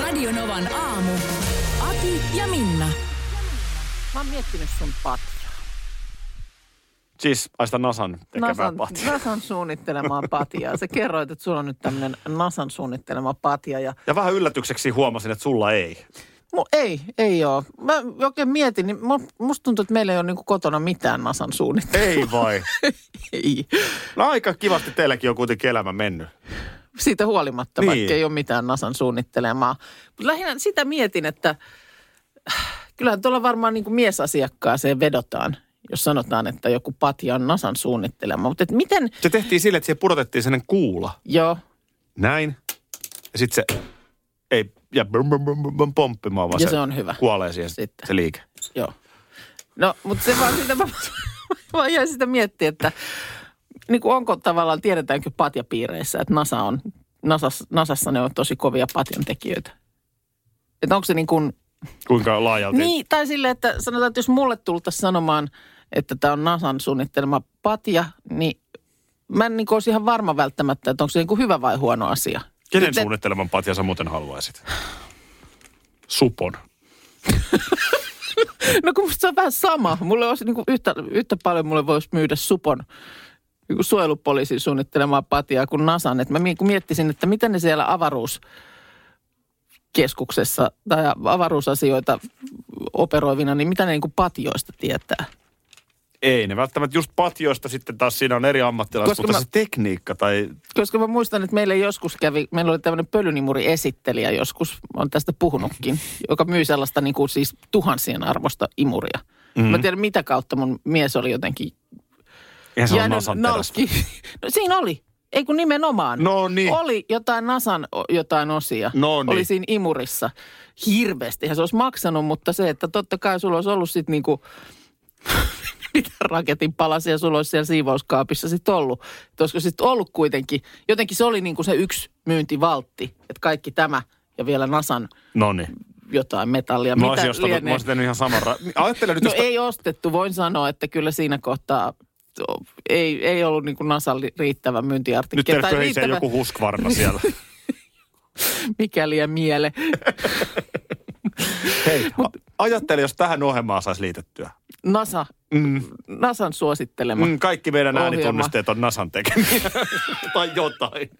Radionovan aamu. Ati ja Minna. Mä oon miettinyt sun patjaa. Siis aista Nasan tekemää Nasan, patia. Nasan suunnittelemaa patjaa. Sä kerroit, että sulla on nyt tämmönen Nasan suunnittelema patja. Ja... Ja vähän yllätykseksi huomasin, että sulla ei. Mu, ei, ei oo. Mä oikein mietin, niin mu- musta tuntuu, että meillä ei ole niinku kotona mitään Nasan suunnittelua. Ei vai? Ei. No aika kivasti teilläkin on kuitenkin elämä mennyt. Siitä huolimatta, niin. Niin. vaikka ei ole mitään Nasan suunnittelemaa. Mut lähinnä sitä mietin, että kyllähän tuolla varmaan niinku miesasiakkaaseen vedotaan jos sanotaan, että joku patja on Nasan suunnittelema. Mutta et miten, Se tehtiin sille, että siihen pudotettiin sellainen kuula. joo, Näin. Ja sitten se ei ja brum, brum, brum, brum, brum, pomppimaan, vaan Ja se on hyvä. kuolee siihen Sitten. sitten. se liike. Joo. No, mutta se vaan sitä, mä, mä jäin sitä miettiä, että niin kuin onko tavallaan, tiedetäänkö patjapiireissä, että NASA on, NASAssa, NASAssa ne on tosi kovia patjantekijöitä. Että onko se niin kuin, Kuinka laajalti? niin, tai sille, että sanotaan, että jos mulle tultaisiin sanomaan, että tämä on NASAn suunnittelema patja, niin mä en niin olisi ihan varma välttämättä, että onko se niin kuin hyvä vai huono asia. Kenen Sitten- suunnitteleman patja sä muuten haluaisit? Supon. No kun musta se on vähän sama. Mulle olisi niin kuin yhtä, yhtä paljon mulle voisi myydä supon niin kuin suojelupoliisin suunnittelemaa patiaa kuin Nasan. Et mä mi- kun miettisin, että miten ne siellä avaruuskeskuksessa tai avaruusasioita operoivina, niin mitä ne niin kuin patioista tietää? Ei ne välttämättä just patjoista sitten taas siinä on eri ammattilaiset, Koska mutta mä- se tekniikka tai Koska mä muistan, että meillä joskus kävi, meillä oli tämmöinen pölynimuri-esittelijä joskus, on tästä puhunutkin, joka myy sellaista niin kuin siis tuhansien arvosta imuria. Mm-hmm. Mä tiedän, mitä kautta mun mies oli jotenkin eihän se ole jäänyt Nasan terästä. nalki. No siinä oli. Ei kun nimenomaan. No niin. Oli jotain Nasan o- jotain osia. No niin. Oli siinä imurissa. Hirveästi. se olisi maksanut, mutta se, että totta kai sulla olisi ollut sitten niinku mitä raketin palasia sulla olisi siellä siivouskaapissa sitten ollut. Että olisiko sitten ollut kuitenkin, jotenkin se oli niinku se yksi myyntivaltti, että kaikki tämä ja vielä Nasan No niin. jotain metallia. Mä mitä olisin, ostanut, No, mä lienee. olisin tehnyt ihan saman. Ra- Niin, Ajattele nyt, No jos ta- ei ostettu, voin sanoa, että kyllä siinä kohtaa o, ei, ei ollut niin kuin NASA li- riittävä myyntiartikkeli. nyt tai terkku heisee riittävä joku huskvarna siellä. mikäli ja miele. Hei, Mut... ajattele, jos tähän ohjelmaan saisi liitettyä. NASA, Mm, NASAn suosittelema. Mm. mm, kaikki meidän Ohjelma. äänitunnisteet on Nasan tekemiä. tai jotain.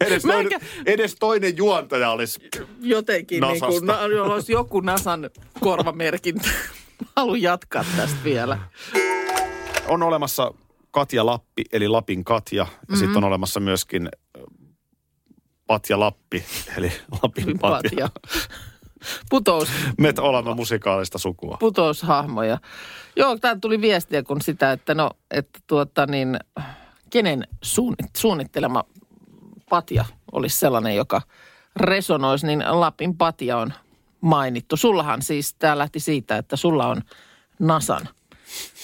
Edes, Mä toinen, enkä- edes toinen juontaja olisi. Jotenkin niin kuin, na, Nasasta. jolla olisi joku NASAn korvamerkintä. Mä Haluan jatkaa tästä vielä. On olemassa Katja Lappi, eli Lapin Katja. Mhm. Mm-hmm. Sitten on olemassa myöskin ö, Patja Lappi, eli Lapin Patja. Patja. Putous, Me olemme musikaalista sukua. putoushahmoja. Joo, tää tuli viestiä kun sitä, että no, että tuota niin, kenen suunnit, suunnittelema patja olisi sellainen, joka resonoisi, niin Lapin patja on mainittu. Sullahan siis, tämä lähti siitä, että sulla on Nasan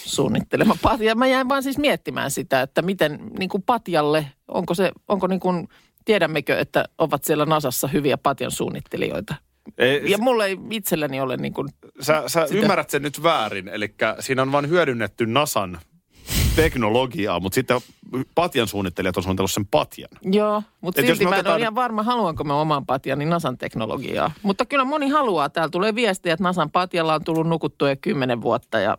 suunnittelema patja. Mä jäin vaan siis miettimään sitä, että miten niin kuin patjalle, onko se, onko niin kuin, tiedämmekö, että ovat siellä Nasassa hyviä patjan suunnittelijoita. Ei, Ja mulla ei itselläni ole niin kuin sä, sä Sitä- ymmärrät sen nyt väärin, eli siinä on vain hyödynnetty Nasan teknologiaa, mutta sitten patjan suunnittelijat on suunnitellut sen patjan. Joo, mutta Et jos silti me mä en otetaan ole nyt- ihan varma, haluanko mä oman patjani Nasan teknologiaa. Mutta kyllä moni haluaa. Täällä tulee viestiä, että Nasan patjalla on tullut nukuttua jo kymmenen vuotta ja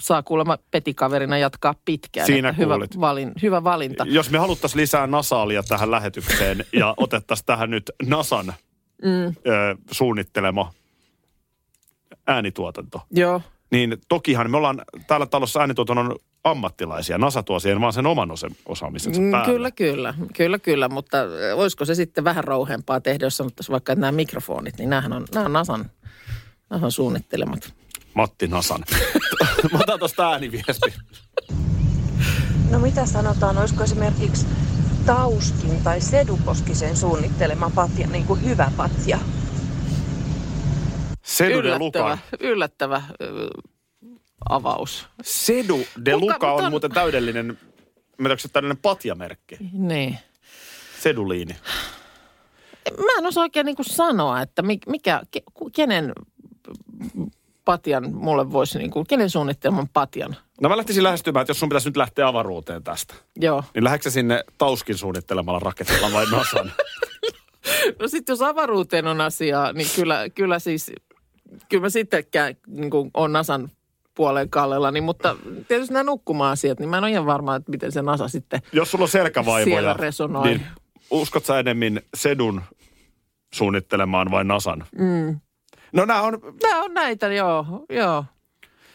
saa kuulemma petikaverina jatkaa pitkään. Siinä Että hyvä, kuulit. valin, hyvä valinta. Jos me haluttaisiin lisää nasaalia tähän lähetykseen ja otettaisiin tähän nyt Nasan mm. ö, suunnittelema äänituotanto, Joo. niin tokihan me ollaan täällä talossa äänituotannon ammattilaisia. Nasa tuo siihen vaan sen oman osa- osaamisensa Mm, päälle. Kyllä, kyllä, kyllä, kyllä, mutta ö, olisiko se sitten vähän rouhempaa tehdä, jos sanottaisiin vaikka, että nämä mikrofonit, niin nämähän on, nämä on Nasan, Nasan suunnittelemat. Matti Nasan. Mä otan tosta ääniviesti. No mitä sanotaan, olisiko esimerkiksi Tauskin tai Sedukoskisen suunnittelema patja, niin kuin hyvä patja. Sedu de Yllättävä, Luca. yllättävä ö, avaus. Sedu de Mutta- Luca mutta on on- muuten täydellinen, mä tiedän, täydellinen patjamerkki. Niin. Seduliini. Mä en osaa oikein niin kuin sanoa, että mi- mikä, ke- ku- kenen patjan mulle voisi, niin kuin, kenen suunnittelman patjan. No mä lähtisin lähestymään, että jos sun pitäisi nyt lähteä avaruuteen tästä, Joo. niin lähetkö sinne Tauskin suunnittelemalla raketilla vai Nasan? No sitten jos avaruuteen on asiaa, niin kyllä, kyllä siis, kyllä mä sittenkään niin kuin on Nasan puoleen kallella, niin, mutta tietysti nämä nukkuma-asiat, niin mä en ole ihan varma, että miten se Nasa sitten Jos sulla on siellä selkävaivoja, resonoi. niin uskot sä enemmän Sedun suunnittelemaan vai Nasan? Mm. No nämä on, Nämä on näitä, joo, joo.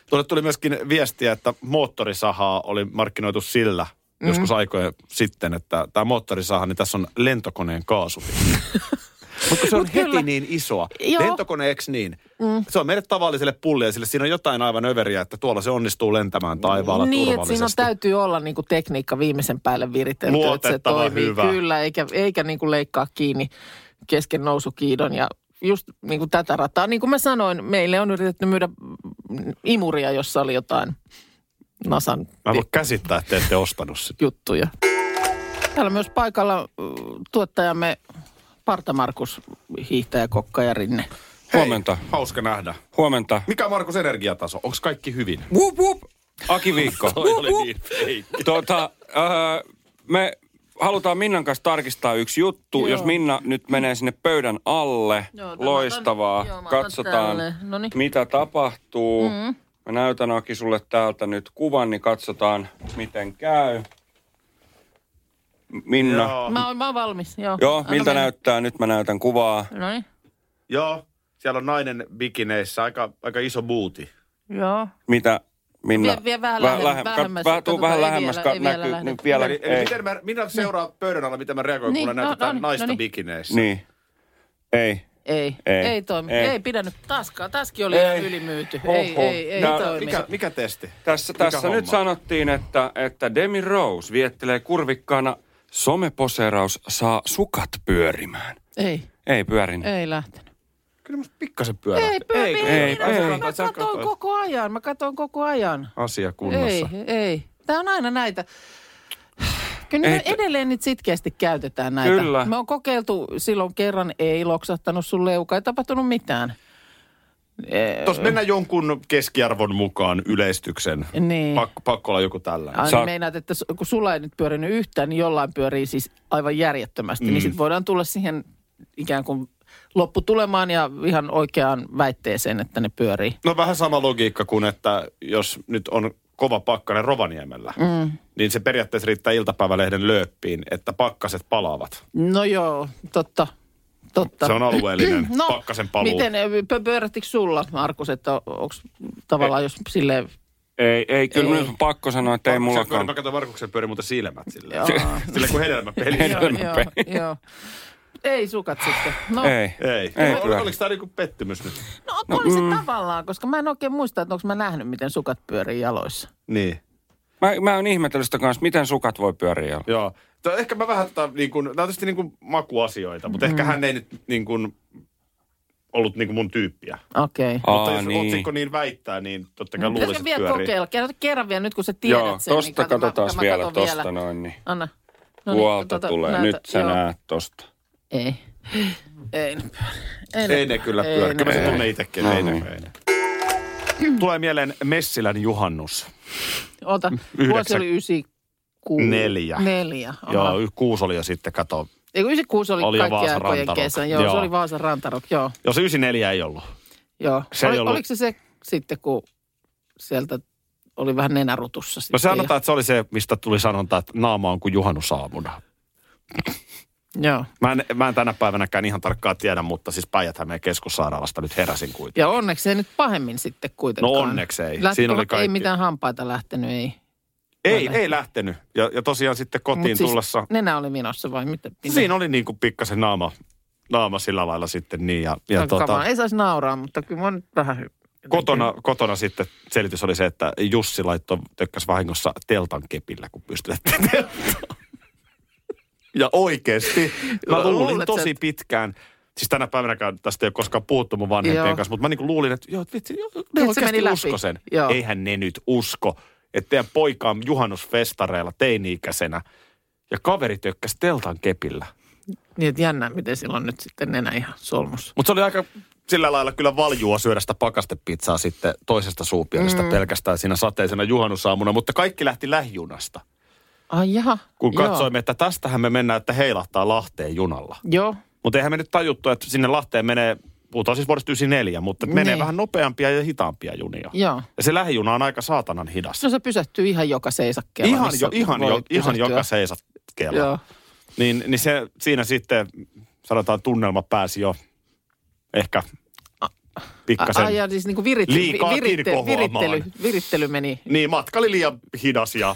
tuolle tuli myöskin viestiä, että moottorisahaa oli markkinoitu sillä Mhm. mm. joskus aikoja sitten, että tämä moottorisaha, niin tässä on lentokoneen kaasutin. Mutta se on Mut heti kyllä. niin isoa. Joo. Lentokone, eikö niin? Mm. Se on meille tavalliselle pulliaisille. Siinä on jotain aivan överiä, että tuolla se onnistuu lentämään taivaalla niin, että turvallisesti. siinä täytyy olla niin kuin tekniikka viimeisen päälle viritelty, että se Luotettava, toimii hyvä. kyllä, eikä, eikä niin kuin leikkaa kiinni kesken nousukiidon ja just niin kuin tätä rataa. Niin kuin mä sanoin, meille on yritetty myydä mm, imuria, jossa oli jotain Nasan Mä voin käsittää, että te ette ostanut sitä. juttuja. Täällä on myös paikalla mm, tuottajamme Parta Markus, hiihtäjä, kokka ja rinne. Huomenta. Hei, hauska nähdä. Huomenta. Mikä on Markus energiataso? Onko kaikki hyvin? Wup, wup. Aki Viikko. Toi oli niin feikki. tuota, öö, me halutaan Minnan kanssa tarkistaa yksi juttu. Joo. Jos Minna nyt menee sinne pöydän alle, Joo, mä otan- loistavaa. joo, mä otan Katsotaan, tälle. No niin. Noniin. mitä tapahtuu. Mm-hmm. Mä näytän Aki sulle täältä nyt kuvan, niin katsotaan, miten käy. Minna. Joo, Joo, Mä oon, mä oon valmis, joo. Joo Anna miltä mennä. No niin, näyttää? Nyt mä näytän kuvaa. Noniin, joo, siellä on nainen bikineissä, aika, aika iso buuti. joo. Mitä Minna? Vie- vie vähän Väh- lähemmäs, lähem- lähemmäs. Vähän, tuu Katsotaan, vähän ei lähemmäs. vielä- Ka- ei vielä näkyy, lähdetä. niin vielä, Eli, ei. eli miten mä, minä seuraa pöydän alla, miten mä reagoin, Niin, kun no, näytetään no niin, naista no niin. bikineissä. Niin. Ei. Ei, ei, Ei. ei toimi. Ei, Ei. ei pidänyt taskaa. Taski oli ihan ylimyyty. Ei, Oho. ei, ei Nää- toimi. Mikä, mikä testi? Tässä, Mikä tässä homma? nyt sanottiin, että, että Demi Rose viettelee kurvikkaana someposeeraus saa sukat pyörimään. Ei, Ei pyörinyt. ei lähtenyt. Kyllä musta pikkasen pyörä. Ei, pö- ei, ei, minä- ei. Mä katoin koko ajan, mä katoin koko ajan. Asia Ei, kunnossa. ei. Tää on aina näitä. Kyllä Ei me t- edelleen nyt sitkeästi käytetään näitä. Kyllä. Me on kokeiltu silloin kerran, ei loksahtanut sun leuka, ei tapahtunut mitään. Tuossa mennään jonkun keskiarvon mukaan yleistyksen. Niin. Pakko, pakko olla joku tällainen. Aina Sä oot- niin meinaat, että s- kun sulla ei nyt pyörinyt yhtään, niin jollain pyörii siis aivan järjettömästi. Mm. Niin sitten voidaan tulla siihen ikään kuin lopputulemaan ja ihan oikeaan väitteeseen, että ne pyörii. No vähän sama logiikka kuin, että jos nyt on kova pakkanen Rovaniemellä, mm. niin se periaatteessa riittää iltapäivälehden lööppiin, että pakkaset palaavat. No joo, totta. Totta. Se on alueellinen pakkasen paluu. No, Miten, pö- pyörättikö sulla, Markus, että onko tavallaan, jos silleen... Ei, ei kyllä Ei. ei. pakko sanoa, että ei Markuksen mullakaan. pyöri- Mä katson Markuksen pyöri muuten silmät silleen. Joo. Sillä kuin hedelmäpeli. joo, joo, joo. Ei sukat sitten. No, Ei. Ei. Ei Ei Ol, kyllä. oliko tämä niinku pettymys nyt? no, no oli mm. se tavallaan, koska mä en oikein muista, että onko mä nähnyt, miten sukat pyörii jaloissa. Niin. Mä, mä oon ihmetellyt sitä kanssa, miten sukat voi pyöriä. Joo. Tää, ehkä mä vähän tota, niin kuin, tää on tietysti niin kuin makuasioita, mutta mm. ehkä hän ei nyt niin kuin, ollut niin kuin mun tyyppiä. Okei. Okay. Mutta Aa, jos niin. Mm. otsikko niin väittää, niin totta kai luulisin, Pitäisikö että vielä pyörii. niin kokeilla? Kerro kerran vielä nyt, kun sä tiedät Joo, sen. niin tosta kato, mä- katsotaan mä vielä, katon tosta noin. Niin. Anna. No niin, Puolta tota, tulee, näytä, nyt sä joo. näet tosta. Ei. Ei ne pyöri. Ei ne kyllä pyöri. Kyllä mä sen tunnen itsekin. No Ei ne, niin. ei ne. Tulee mieleen Messilän juhannus. Ota, vuosi Yhdeksän- oli 96. Neljä. Neljä. Aha. Joo, y- kuusi oli jo sitten, kato. Ei kun 96 oli, Oli oli jo kaikki Vaasan aikojen Rantarok. kesä. Joo, joo, Joo. se oli Vaasan rantarok, joo. Jos 94 ei ollut. joo. Se Se ei oli, ollut- Oliko se se sitten, kun sieltä oli vähän nenärutussa sitten? No se ja- sanotaan, että se oli se, mistä tuli sanonta, että naama on kuin juhannusaamuna. Joo. Mä en, mä en tänä päivänäkään ihan tarkkaan tiedä, mutta siis Päijät-Hämeen keskussairaalasta nyt heräsin kuitenkin. Ja onneksi ei nyt pahemmin sitten kuitenkaan. No onneksi ei. Lähti, Siinä oli Ei kaikki. mitään hampaita lähtenyt, ei. Ei, ei lähtenyt. Ja, ja tosiaan sitten kotiin Mut siis tullessa, Nenä oli minossa vai mitä? mitä? siinä oli niin kuin pikkasen naama, naama sillä lailla sitten niin. Ja, ja Aika tota, kamala. Ei saisi nauraa, mutta kyllä mä oon nyt vähän... hy- kotona, Niin. kotona sitten selitys oli se, että Jussi laittoi, tökkäs vahingossa teltan kepillä, kun pystytettiin telttaan. Ja oikeesti. Mä Lu- luulin luulet sä, tosi että- pitkään. Siis tänä päivänäkään tästä ei ole koskaan puhuttu mun vanhempien Joo. kanssa, mutta mä niinku luulin, että joo, vitsi, joo, ne se oikeasti meni läpi. usko sen. Joo. Eihän ne nyt usko, että teidän poika on juhannusfestareilla teini-ikäisenä ja kaveri tökkäsi teltan kepillä. Niin, että jännä, miten sillä on nyt sitten nenä ihan solmus. Mutta se oli aika sillä lailla kyllä valjua syödä sitä pakastepizzaa sitten toisesta suupielestä mm. pelkästään siinä sateisena juhannusaamuna, mutta kaikki lähti lähijunasta. Ai jaha. Kun joo. katsoimme, että tästähän me mennään, että heilahtaa Lahteen junalla. Joo, Mutta eihän me nyt tajuttu, että sinne Lahteen menee, puhutaan siis vuodesta 94, mutta niin. menee Niin. vähän nopeampia ja hitaampia junia. joo. Ja se lähijuna on aika saatanan hidas. No se pysähtyy ihan joka seisakkeella. Ihan, missä jo, ihan, voi jo, ihan pysähtyä. joka seisakkeella. Joo. Niin, niin se, siinä sitten, sanotaan, tunnelma pääsi jo ehkä pikkasen. Ai ja siis niin kuin virit, Liikaa viritte, kirkohuomaan. virittely, virittely meni. Niin, matka oli liian hidas ja...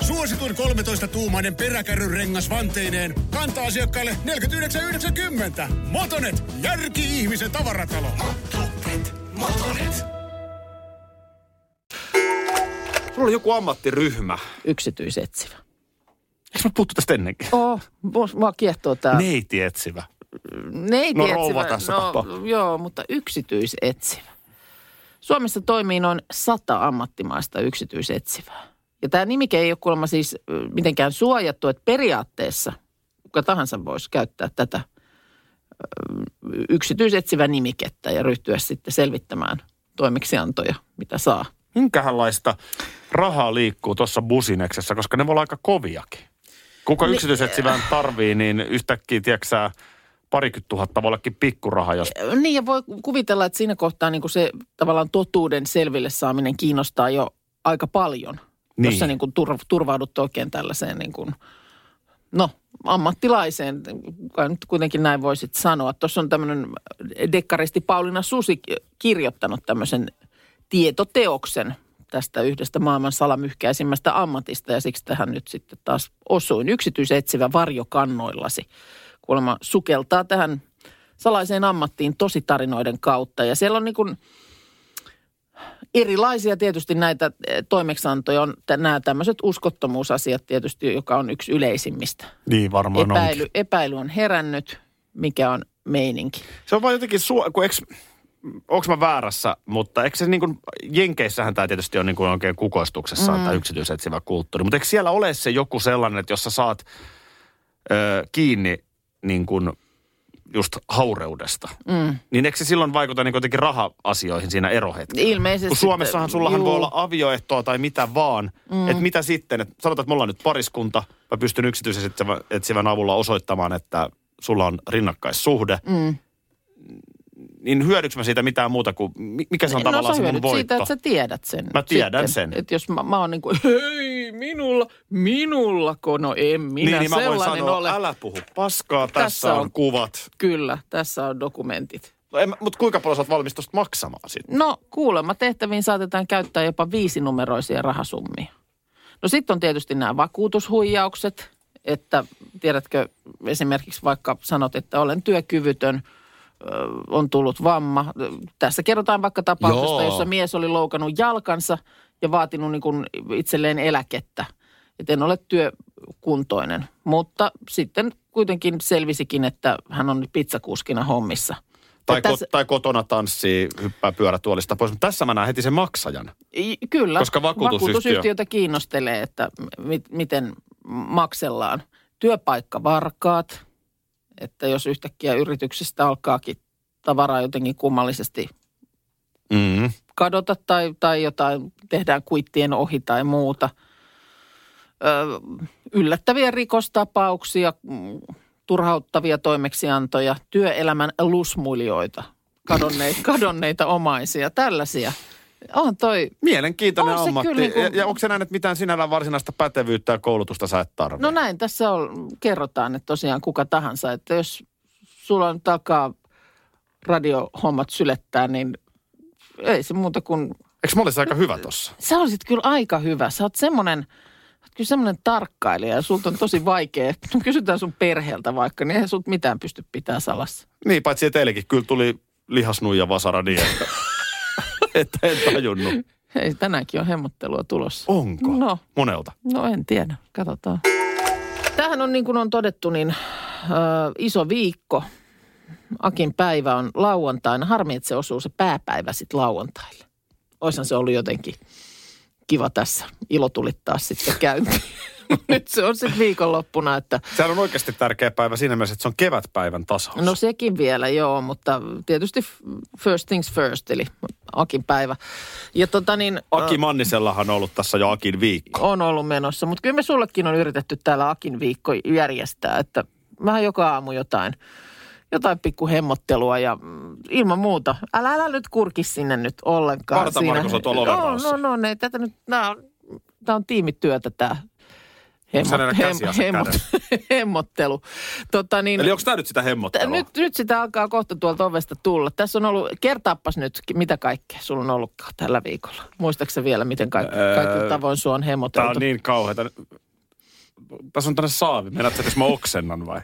Suosituin 13-tuumainen peräkärryrengas vanteineen kanta-asiakkaille 49,90. Motonet, järki-ihmisen tavaratalo. Motonet, Motonet. Sulla oli joku ammattiryhmä. Yksityisetsivä. Eikö me puhuttu tästä ennenkin? Oh, mua- mua kiehtoo tämä. Neiti etsivä. Neiti No, etsivä- rouva tässä tapauksessa. Joo, mutta yksityisetsivä. Suomessa toimii noin sata ammattimaista yksityisetsivää. Ja tämä nimike ei ole kuulemma siis ö, mitenkään suojattu, että periaatteessa kuka tahansa voisi käyttää tätä ö, yksityisetsivä nimikettä ja ryhtyä sitten selvittämään toimeksiantoja, mitä saa. Minkähänlaista rahaa liikkuu tuossa busineksessa, koska ne voi olla aika koviakin. Kuka Ni- yksityisetsivään tarvii, niin yhtäkkiä, tieksää, parikymmentä tuhatta voi ollakin pikkuraha, jos Niin ja voi kuvitella, että siinä kohtaa niin kuin se tavallaan totuuden selville saaminen kiinnostaa jo aika paljon. Niin. Jos Niin. sä niin kuin tur- turvaudut oikein tällaiseen niin kuin, no ammattilaiseen, kai nyt kuitenkin näin voisit sanoa. Tuossa on tämmöinen dekkaristi Paulina Susi kirjoittanut tämmöisen tietoteoksen tästä yhdestä maailman salamyhkäisimmästä ammatista ja siksi tähän nyt sitten taas osuin. Yksityisetsivä varjokannoillasi kuulemma sukeltaa tähän salaiseen ammattiin tositarinoiden kautta. Ja siellä on niin kuin erilaisia tietysti näitä eh, toimeksiantoja. On t- nämä tämmöiset uskottomuusasiat tietysti, joka on yksi yleisimmistä. niin varmaan Epäily, epäily on herännyt, mikä on meininki. Se on vaan jotenkin, su- kun eks, onks mä väärässä, mutta eikö se niin kuin, Jenkeissähän tämä tietysti on niin kuin oikein kukoistuksessa, mm. tämä yksityisetsivä kulttuuri, mutta eikö siellä ole se joku sellainen, että jos sä saat ö, kiinni niin kuin just haureudesta, mm. niin eikö se silloin vaikuta niin kuin jotenkin raha-asioihin siinä erohetkellä? Ilmeisesti- Kun Suomessahan sullahan juu. No, voi olla avioehtoa tai mitä vaan, mm. että mitä sitten, että sanotaan, että me ollaan nyt pariskunta, mä pystyn yksityisen etsivän- etsivän avulla osoittamaan, että sulla on rinnakkaissuhde, mm. niin hyödyks mä siitä mitään muuta kuin, mi- mikä se on tavallaan sä se mun No, hyödyt voitto? siitä, että sä tiedät sen. Mä tiedän sitten. sen. Että jos mä, mä oon niin kuin, hei, minulla, minullako, no en minä niin, niin mä voin sellainen sanoa, ole. älä puhu paskaa, tässä, Tässä tässä on- on kuvat. Kyllä, tässä on dokumentit. No en, mutta kuinka paljon sä oot valmis tosta maksamaan sitten? No kuulemma tehtäviin saatetaan käyttää jopa viisinumeroisia rahasummia. No sitten on tietysti nämä vakuutushuijaukset, että tiedätkö esimerkiksi vaikka sanot, että olen työkyvytön, ö, on tullut vamma. Tässä kerrotaan vaikka tapauksesta, Joo. jossa mies oli loukannut jalkansa ja vaatinut niin kuin itselleen eläkettä. Että en ole työkuntoinen, mutta sitten kuitenkin selvisikin, että hän on nyt pizzakuskina hommissa. Tai, Että ko- tai kotona tanssii, hyppää pyörätuolista pois. Mutta tässä mä näen heti sen maksajan. I- Kyllä. Koska vakuutusyhtiö- vakuutusyhtiötä kiinnostelee, että mi- miten maksellaan. Työpaikkavarkaat, että jos yhtäkkiä yrityksestä alkaakin tavaraa jotenkin kummallisesti Mm. kadota tai, tai jotain, tehdään kuittien ohi tai muuta. Ö, yllättäviä rikostapauksia, mm, turhauttavia toimeksiantoja, työelämän lusmuilijoita, kadonneita, kadonneita omaisia, tällaisia. On toi, Mielenkiintoinen On se ammatti. kyllä niin kuin- ja, ja onko se näin, että mitään sinällään varsinaista pätevyyttä ja koulutusta sä et tarvitse? no näin tässä on, kerrotaan, että tosiaan kuka tahansa, että jos sulla on takaa radiohommat sylettää, niin ei se muuta kuin Eikö mä olisi aika hyvä tossa? Sä olisit kyllä aika hyvä. Sä oot semmonen, sä oot kyllä semmonen tarkkailija ja sulta on tosi vaikea. No kysytään sun perheeltä vaikka, niin eihän sut mitään pysty pitää salassa. Niin, paitsi teillekin. Kyllä tuli lihasnuija vasara niin, että, että en tajunnut. Hei, tänäänkin on hemmottelua tulossa. Onko? No, Monelta. no en tiedä. Katsotaan. Tämähän on niin kuin on todettu, niin ö, iso viikko. Akin päivä on lauantaina. Harmi, että se osuu se pääpäivä sitten lauantaille. Oishan se ollut jotenkin kiva tässä ilotulittaa sitten käyntiin. Nyt se on sitten viikonloppuna, että Sehän on oikeasti tärkeä päivä siinä mielessä, että se on kevätpäivän tasaus. No sekin vielä, joo, mutta tietysti f- first things first, eli Akin päivä. Ja tota niin, Aki Mannisellahan on ollut tässä jo Akin viikko. on ollut menossa, mutta kyllä me sullekin on yritetty täällä Akin viikko järjestää, että vähän joka aamu jotain, jotain pikku hemmottelua ja mm, ilman muuta. Älä, älä nyt kurki sinne nyt ollenkaan. Parta Markus on tuolla No, overallissa. no, no, ne, tätä nyt, nää on, tää on tiimityötä tää hemmot, Sanella käsiase hemmottelu. Tota niin, Eli onko tämä nyt sitä Tä- hemmottelua? nyt, nyt sitä alkaa kohta tuolta ovesta tulla. Tässä on ollut, kertaapas nyt, mitä kaikkea sulla on ollut tällä viikolla. Muistaaksä vielä, miten kaikki, Öö, kaikki tavoin sua on Tämä hemoteltu? on niin kauheata. Tässä on tänne saavi. Meinaat sä, että jos mä oksennan vai?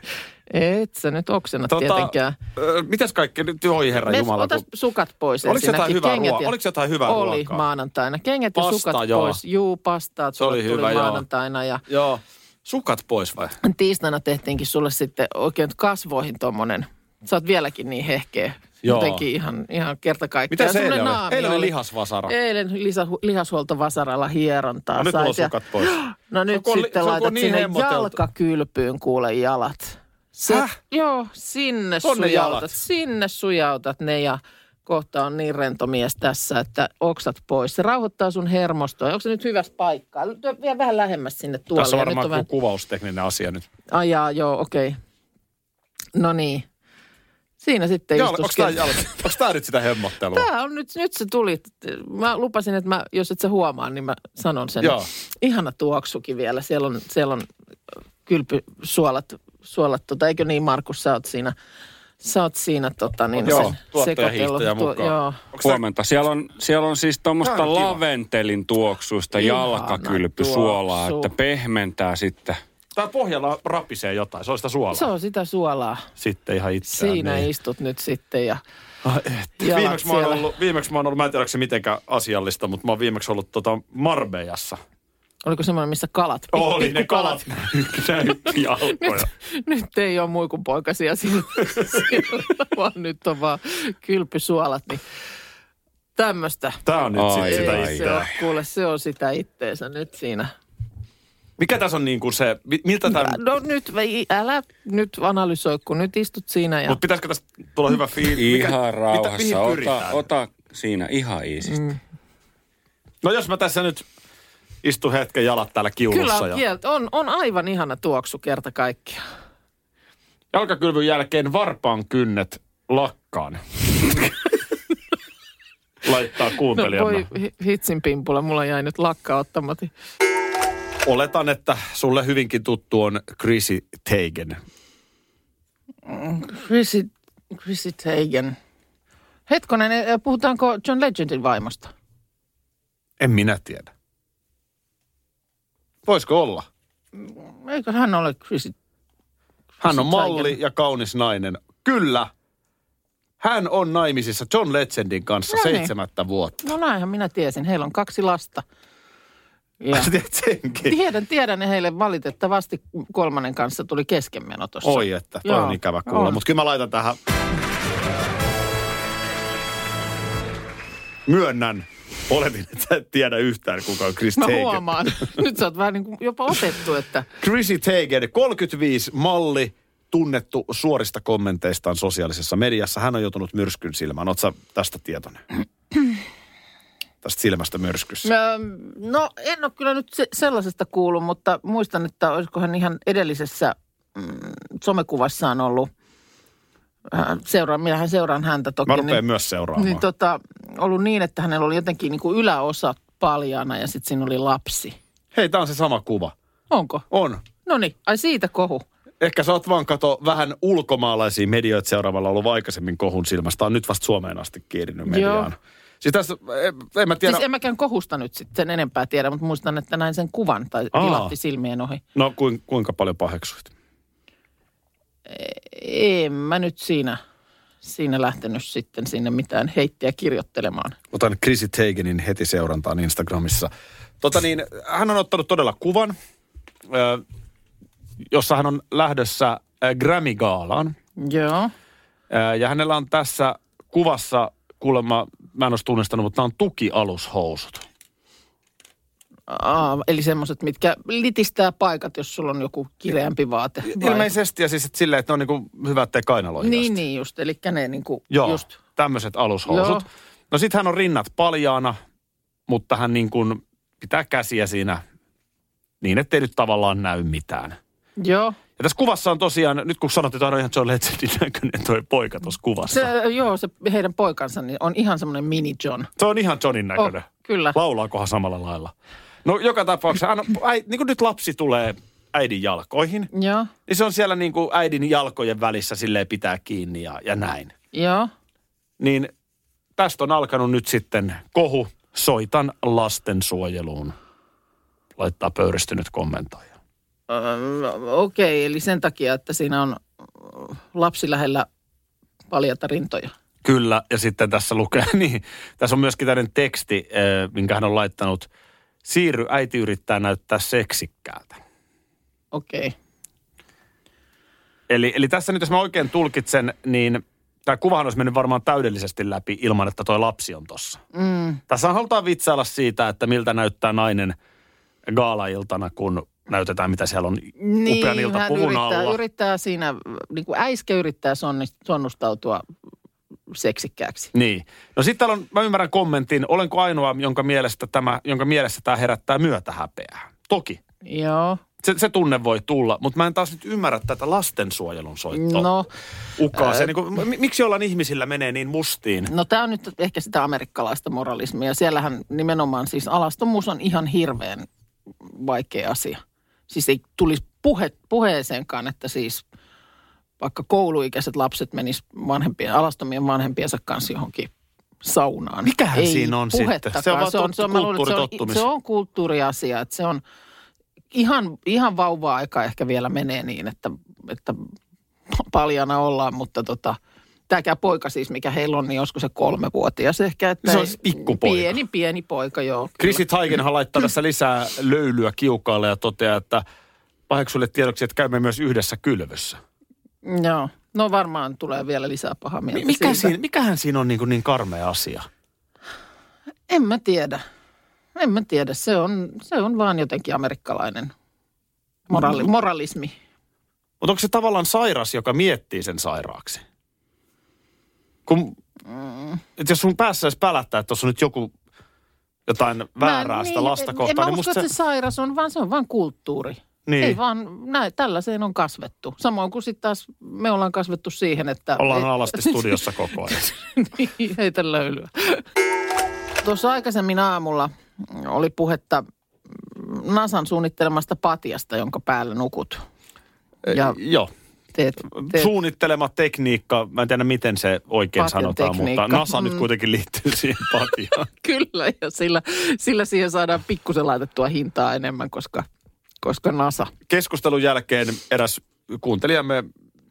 Et sä nyt oksena tota, tietenkään. ö, mitäs kaikkea? Nyt voi herra Me Jumala. otas kun- sukat pois Oliko ensinnäkin. jotain hyvää Kengät ruoa- oliko jotain hyvää Oli ruokaa? maanantaina. Kengät ja Pasta, sukat joo. pois. Juu, pastaat Se oli sukat tuli hyvä, joo. maanantaina. Ja Joo. Sukat pois vai? tiistaina tehtiinkin sulle sitten oikein kasvoihin tommonen. Sä oot vieläkin niin hehkeä. Joo. Jotenkin ihan, ihan kerta kaikkiaan. Mitä se Semmonen eilen oli? naami Eilen oli lihasvasara. Eilen lisa, lihashuoltovasaralla hierontaa No nyt mulla on sait. ja- sukat pois. No nyt Se on kun- se sitten on kun laitat niin sinne hemmoteltu. jalkakylpyyn kuule jalat. Se, Häh? Joo, sinne Tonne sujautat, jalat. sinne sujautat ne ja kohta on niin rento mies tässä, että oksat pois. Se rauhoittaa sun hermostoa. Onko se nyt hyvässä paikkaa? Lyö Vielä vähän lähemmäs sinne tuolle. Tässä on ja nyt varmaan on vähän joku kuvaustekninen asia nyt. Ajaa, joo, okei. Okay. No niin. Siinä sitten Jal- Jal, Onko tämä, jal- onks tää nyt sitä hemmottelua? Tämä on nyt, nyt se tuli. Mä lupasin, että mä, jos et sä huomaa, niin mä sanon sen. Joo. Ihana tuoksukin vielä. Siellä on, siellä on kylpysuolat, suolat, tota, eikö niin Markus, sä oot siinä, sä oot siinä tota, niin Joo, sen tuottaja hiihtäjä mukaan. joo. Onks tää- Huomenta. Siellä on, siellä on siis Tää on tuommoista kiva. laventelin tuoksuista Ihana jalkakylpysuolaa, tuoksu. että pehmentää sitten. Tää pohjalla rapisee jotain, se on sitä suolaa. Se on sitä suolaa. Sitten ihan itseään. Siinä niin. istut nyt sitten ja jalat Viimeksi mä, oon siellä. ollut, viimeksi mä oon ollut, mä en tiedä, onko se mitenkään asiallista, mutta mä oon viimeksi ollut tota Marbejassa. Oliko semmoinen, missä kalat? Oli ne pikkukalat. kalat näytti jalkoja. Nyt ei ole muikun poikasia sillä, sillä, vaan nyt on vaan kylpysuolat, niin tämmöistä. Tää on nyt Ai, sit Ei sitä se ole, itseään. kuule, se on sitä itteensä nyt siinä. Mikä tässä on niin kuin se, mi- miltä tämä... No nyt, vei- älä nyt analysoi, kun nyt istut siinä ja... Mutta pitäisikö tästä tulla hyvä fiilis? Mikä- Ihan mitä- mihin rauhassa. Ota, pyritään? ota siinä ihan iisisti. No jos mä tässä nyt istun hetken jalat täällä Kyllä kiulussa. on, Ja kieltä, on, on aivan ihana tuoksu kerta kaikkiaan. jalkakylvyn jälkeen varpaan kynnet lakkaan. Laittaa No kuuntelijana. voi hi- hitsin pimpula, mulla jäi nyt lakka ottamatta. Oletan, että sulle hyvinkin tuttu on Chrissy Teigen. Chrissy, Chrissy Teigen. Hetkonen, eh, puhutaanko John Legendin vaimosta? En minä tiedä. Voisiko olla? Eikö hän ole Chrissy Hän on Chrissy malli Teigen. ja kaunis nainen. Kyllä. Hän on naimisissa John Legendin kanssa No niin. seitsemättä vuotta. No näinhän minä tiesin. Heillä on kaksi lasta. Ja Sä tiedät senkin. tiedän, tiedän ja heille valitettavasti kolmannen kanssa tuli keskenmeno tuossa. Oi, että toi Joo, on ikävä kuulla. on. Mutta kyllä mä laitan tähän. Myönnän. Oletin, että sä et tiedä yhtään, kuka on Chris Mä Teigen. huomaan. Nyt sä oot vähän niin kuin jopa otettu, että Chrissy Teigen, 35, malli, tunnettu suorista kommenteistaan sosiaalisessa mediassa. Hän on joutunut myrskyn silmään. Oletko tästä tietoinen? Tästä silmästä myrskyssä. Öö, No en ole kyllä nyt se, sellaisesta kuullut, mutta muistan, että olisikohan ihan edellisessä mm, somekuvassaan ollut. Hän Seuraa, minähän seuraan häntä toki. Mä rupean myös seuraamaan. Niin tota, ollut niin, että hänellä oli jotenkin niin kuin yläosa paljaana ja sitten siinä oli lapsi. Hei, tää on se sama kuva. Onko? On. No niin, ai siitä kohu. Ehkä sä oot vaan kato vähän ulkomaalaisia medioita seuraavalla ollut aikaisemmin kohun silmästä. Tää on nyt vasta Suomeen asti kiirinyt mediaan. Joo. Siis tässä, en, en mä tiedä. Siis en mäkään kohusta nyt sitten sen enempää tiedä, mutta muistan, että näin sen kuvan tai Aa. vilahti silmien ohi. No kuin, kuinka paljon paheksuit? En mä nyt siinä, siinä lähtenyt sitten sinne mitään heittiä kirjoittelemaan. Otan Chrissy Teigenin heti seurantaan Instagramissa. Tota niin, hän on ottanut todella kuvan, ö, jossa hän on lähdössä ö, Grammy-gaalaan. Joo. Ö, Ja hänellä on tässä kuvassa kuulemma, mä en olisi tunnistanut, mutta nämä on tukialushousut. Aa, eli semmoiset, mitkä litistää paikat, jos sulla on joku kireämpi vaate. vai- Ilmeisesti ja siis et silleen, että ne on niin hyvät te kainaloihin asti. Niin, niin just. Eli ne niinku Joo, just. tämmöiset alushousut. Joo. No sit hän on rinnat paljaana, mutta hän niin kuin pitää käsiä siinä niin, ettei nyt tavallaan näy mitään. Joo. Ja tässä kuvassa on tosiaan, nyt kun sanot, että on ihan John Legendin näköinen toi poika tuossa kuvassa. Se, Se, joo, se heidän poikansa niin on ihan semmoinen mini John. se on ihan Johnin näköinen. Oh, kyllä. Laulaakohan samalla lailla? No joka tapauksessa, hän on, äi, niin kuin nyt lapsi tulee äidin jalkoihin, Joo, niin se on siellä niin kuin äidin jalkojen välissä silleen pitää kiinni ja, ja näin. joo. niin tästä on alkanut nyt sitten kohu. Soitan lastensuojeluun, laittaa pöyristynyt kommentoija. Öö, Okei, eli sen takia, että siinä on ö, lapsi lähellä paljata rintoja. Kyllä, ja sitten tässä lukee, niin tässä on myöskin tämmöinen teksti, eh, minkä hän on laittanut. Siirry, äiti yrittää näyttää seksikkäältä. Okei. Eli, eli tässä nyt, jos mä oikein tulkitsen, niin tämä kuvahan olisi mennyt varmaan täydellisesti läpi ilman, että toi lapsi on tossa. Mm, Tässä halutaan vitsailla siitä, että miltä näyttää nainen gaalailtana, kun näytetään, mitä siellä on upean niin, hän iltapuvun yrittää, alla. yrittää siinä, niin kuin äiske yrittää sonni- sonnustautua seksikkääksi. Niin. No sitten täällä on, mä ymmärrän kommentin, olenko ainoa, jonka mielestä tämä, jonka mielessä tämä herättää myötähäpeää. Toki, Joo. se, se tunne voi tulla, mutta mä en taas nyt ymmärrä tätä lastensuojelun soittoa. No, Ukaa se, niin kuin, m- miksi jollain ihmisillä menee niin mustiin? no tämä on nyt ehkä sitä amerikkalaista moralismia. Siellähän nimenomaan siis alastomuus on ihan hirveän vaikea asia. Siis ei tulisi puhe, puheeseenkaan, että siis vaikka kouluikäiset lapset menis vanhempien, alastomien vanhempiensa kanssa johonkin saunaan. Mikähän ei siinä on sitten? puhettakaan. Se on vaan se on, mä luulen, että se on, kulttuuritottumis. se on kulttuuriasia, että se on ihan, ihan vauva-aika ehkä vielä menee niin, että, että paljana ollaan, mutta tota, tämäkään poika siis, mikä heillä on, niin joskus se kolmevuotias ehkä. Että Se on ei- siis pikkupoika. Pieni, pieni poika, joo. Kristi Taikenhan laittaa tässä lisää löylyä kiukaalle ja toteaa, että paheksulle tiedoksi, että käymme myös yhdessä kylvössä. Joo. No varmaan tulee vielä lisää pahaa mieltä M- mikä siitä. siinä, mikähän siinä on niin, kuin niin karmea asia? En mä tiedä. En mä tiedä. Se on, se on vaan jotenkin amerikkalainen morali, Mm. moralismi. Mutta onko se tavallaan sairas, joka miettii sen sairaaksi? Kun, Mm. et jos sun päässä edes pälättää, että tuossa on nyt joku jotain väärää sitä lasta en, kohtaan, en niin mä usko, musta että se... se sairas on, vaan se on vaan kulttuuri. Niin. Ei vaan, näin, tällaiseen on kasvettu. Samoin kuin sitten taas me ollaan kasvettu siihen, että... Ollaan ei- alasti studiossa koko ajan. Niin, heitä löylyä. Tuossa aikaisemmin aamulla oli puhetta Nasan suunnittelemasta patiasta, jonka päällä nukut. Ja Joo. teet, teet Suunnittelema tekniikka, mä en tiedä miten se oikein Patjan sanotaan, mutta tekniikka. NASA nyt Mm. kuitenkin liittyy siihen patiaan. Kyllä, ja sillä, sillä siihen saadaan pikkusen laitettua hintaa enemmän, koska, koska NASA. Keskustelun jälkeen eräs kuuntelijamme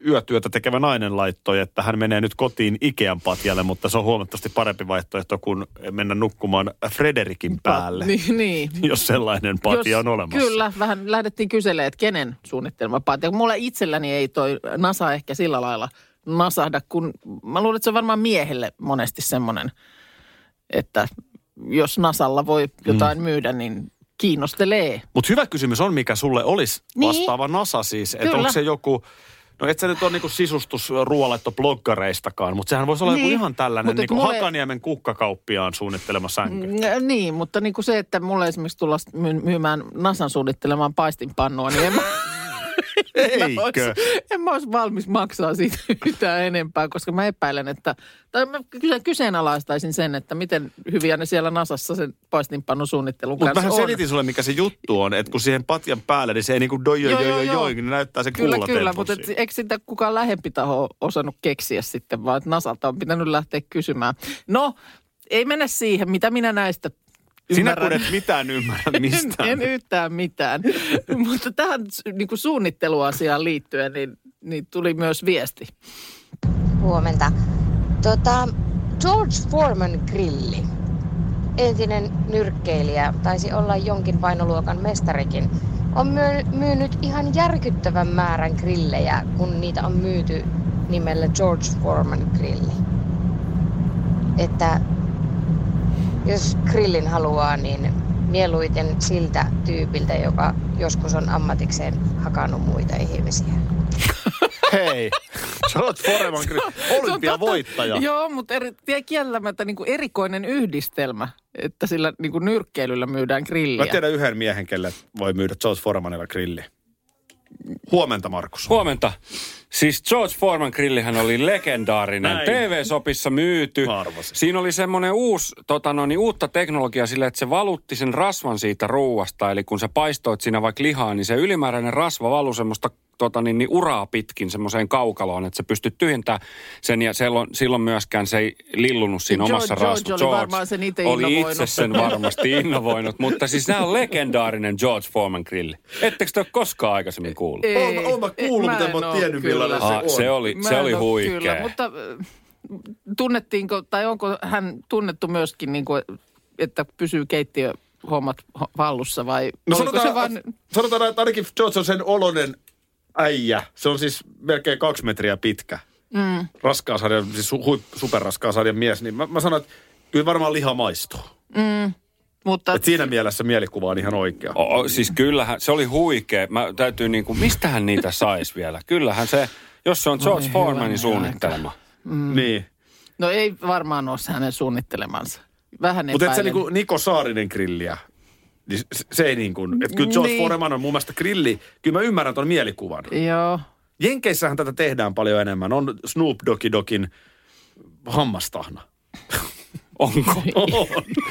yötyötä tekevä nainen laittoi, että hän menee nyt kotiin Ikean patjalle, mutta se on huomattavasti parempi vaihtoehto kuin mennä nukkumaan Frederikin päälle. Niin, niin. jos sellainen patia on olemassa. Kyllä, vähän lähdettiin kyselemään, että kenen suunnittelema patia. Mulla itselläni ei toi NASA ehkä sillä lailla nasahda, kun mä luulen, että se on varmaan miehelle monesti semmoinen, että jos NASalla voi jotain mm. myydä, niin kiinnostelee. Mutta hyvä kysymys on, mikä sulle olisi Niin. vastaava NASA siis. Että Kyllä. onko se joku No et sä nyt ole niinku sisustusruoaletto bloggareistakaan, mutta sehän voisi olla niin. Niin. ihan tällainen Mut et niinku mulle- Hakaniemen kukkakauppiaan suunnittelema sänky. Mm, Niin, mutta niin kuin se, että mulle esimerkiksi tulla myy- myymään Nasan suunnittelemaan paistinpannua, niin en mä, en mä Eikö? olisi, en mä olisi valmis maksaa siitä yhtään enempää, koska mä epäilen, että, tai mä kyse- kyseenalaistaisin sen, että miten hyviä ne siellä Nasassa sen paistinpannun suunnittelun Mutta kanssa vähän on. selitin sulle, mikä se juttu on, että kun siihen patjan päälle, niin se ei niinku doi, joo, joo, joo, niin näyttää se Kyllä, kyllä, kullatempun mutta et, siinä. eikö sitä kukaan lähempi taho osannut keksiä sitten, vaan että Nasalta on pitänyt lähteä kysymään. No, ei mennä siihen, mitä minä näistä Sinä ymmärrän. kun et mitään ymmärrä mistään. En, en yhtään mitään. Mutta tähän niin kuin suunnitteluasiaan liittyen, niin, niin tuli myös viesti. Huomenta. Tota, George Foreman grilli. Entinen nyrkkeilijä, taisi olla jonkin painoluokan mestarikin, on myö- myynyt ihan järkyttävän määrän grillejä, kun niitä on myyty nimellä George Foreman grilli. Että jos grillin haluaa, niin mieluiten siltä tyypiltä, joka joskus on ammatikseen hakannut muita ihmisiä. Hei, sä olet Foreman kyllä olympiavoittaja. Se on totta. Joo, mutta eri, tie- kieltämättä niin kuin erikoinen yhdistelmä, että sillä niin kuin nyrkkeilyllä myydään grilliä. Mä tiedän yhden miehen, kelle voi myydä George Foremanilla grilli. Huomenta, Markus. Huomenta. Siis George Foreman grillihän oli legendaarinen. Näin. TV-sopissa myyty. Mä arvasin. Siinä oli semmoinen uusi, tota no, niin uutta teknologiaa sillä, että se valutti sen rasvan siitä ruuasta. Eli kun sä paistoit siinä vaikka lihaa, niin se ylimääräinen rasva valui semmoista tota niin, niin uraa pitkin semmoiseen kaukaloon, että sä pystyt tyhjentämään sen ja silloin, silloin myöskään se ei lillunut siinä George- omassa George rasvassa. oli varmaan sen itse oli innovoinut. itse sen varmasti innovoinut, mutta siis nämä on legendaarinen George Foreman grilli. Ettekö te ole koskaan aikaisemmin kuullut? Ei, Oon- oon mä ei, kuullut, mä mutta en en mä oon oo tiennyt, kyllä. millainen Ah, Se on. se oli, Mä se en oli oo huikea. Kyllä, mutta äh, tunnettiinko, tai onko hän tunnettu myöskin, niin kuin, että pysyy keittiöhommat ho- vallussa vai No oliko sanotaan, se vain... sanotaan, näin, että ainakin George on sen olonen äijä. Se on siis melkein kaksi metriä pitkä. Mm. Raskaasarjan, siis hu, huip- superraskaasarjan mies. Niin mä, mä sanon, että kyllä varmaan liha maistuu. Mutta Et siinä mielessä mielikuva on ihan oikea. O, o, siis kyllähän, se oli huikea. Mä täytyy niin kuin, mistähän niitä sais vielä? Kyllähän se, jos se on George Foremanin suunnittelema. Mm. Niin. No ei varmaan ole se hänen suunnittelemansa. Vähän Mutta et se epäilen. niinku Niko Saarinen grilliä, niin se- se ei niin kuin, että kyllä George niin. Niin. Foreman on mun mielestä grilli, kyllä mä ymmärrän ton mielikuvan. Joo. Jenkeissähän tätä tehdään paljon enemmän. On Snoop Doggy Dogin hammastahna. Onko? On.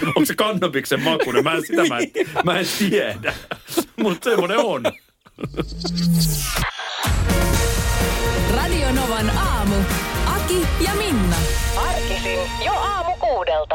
Onko se kannabiksen makuinen? Mä en, sitä, mä en, mä en tiedä. Mutta semmoinen on. Radio Novan aamu. Aki ja Minna. Arkisin jo aamu kuudelta.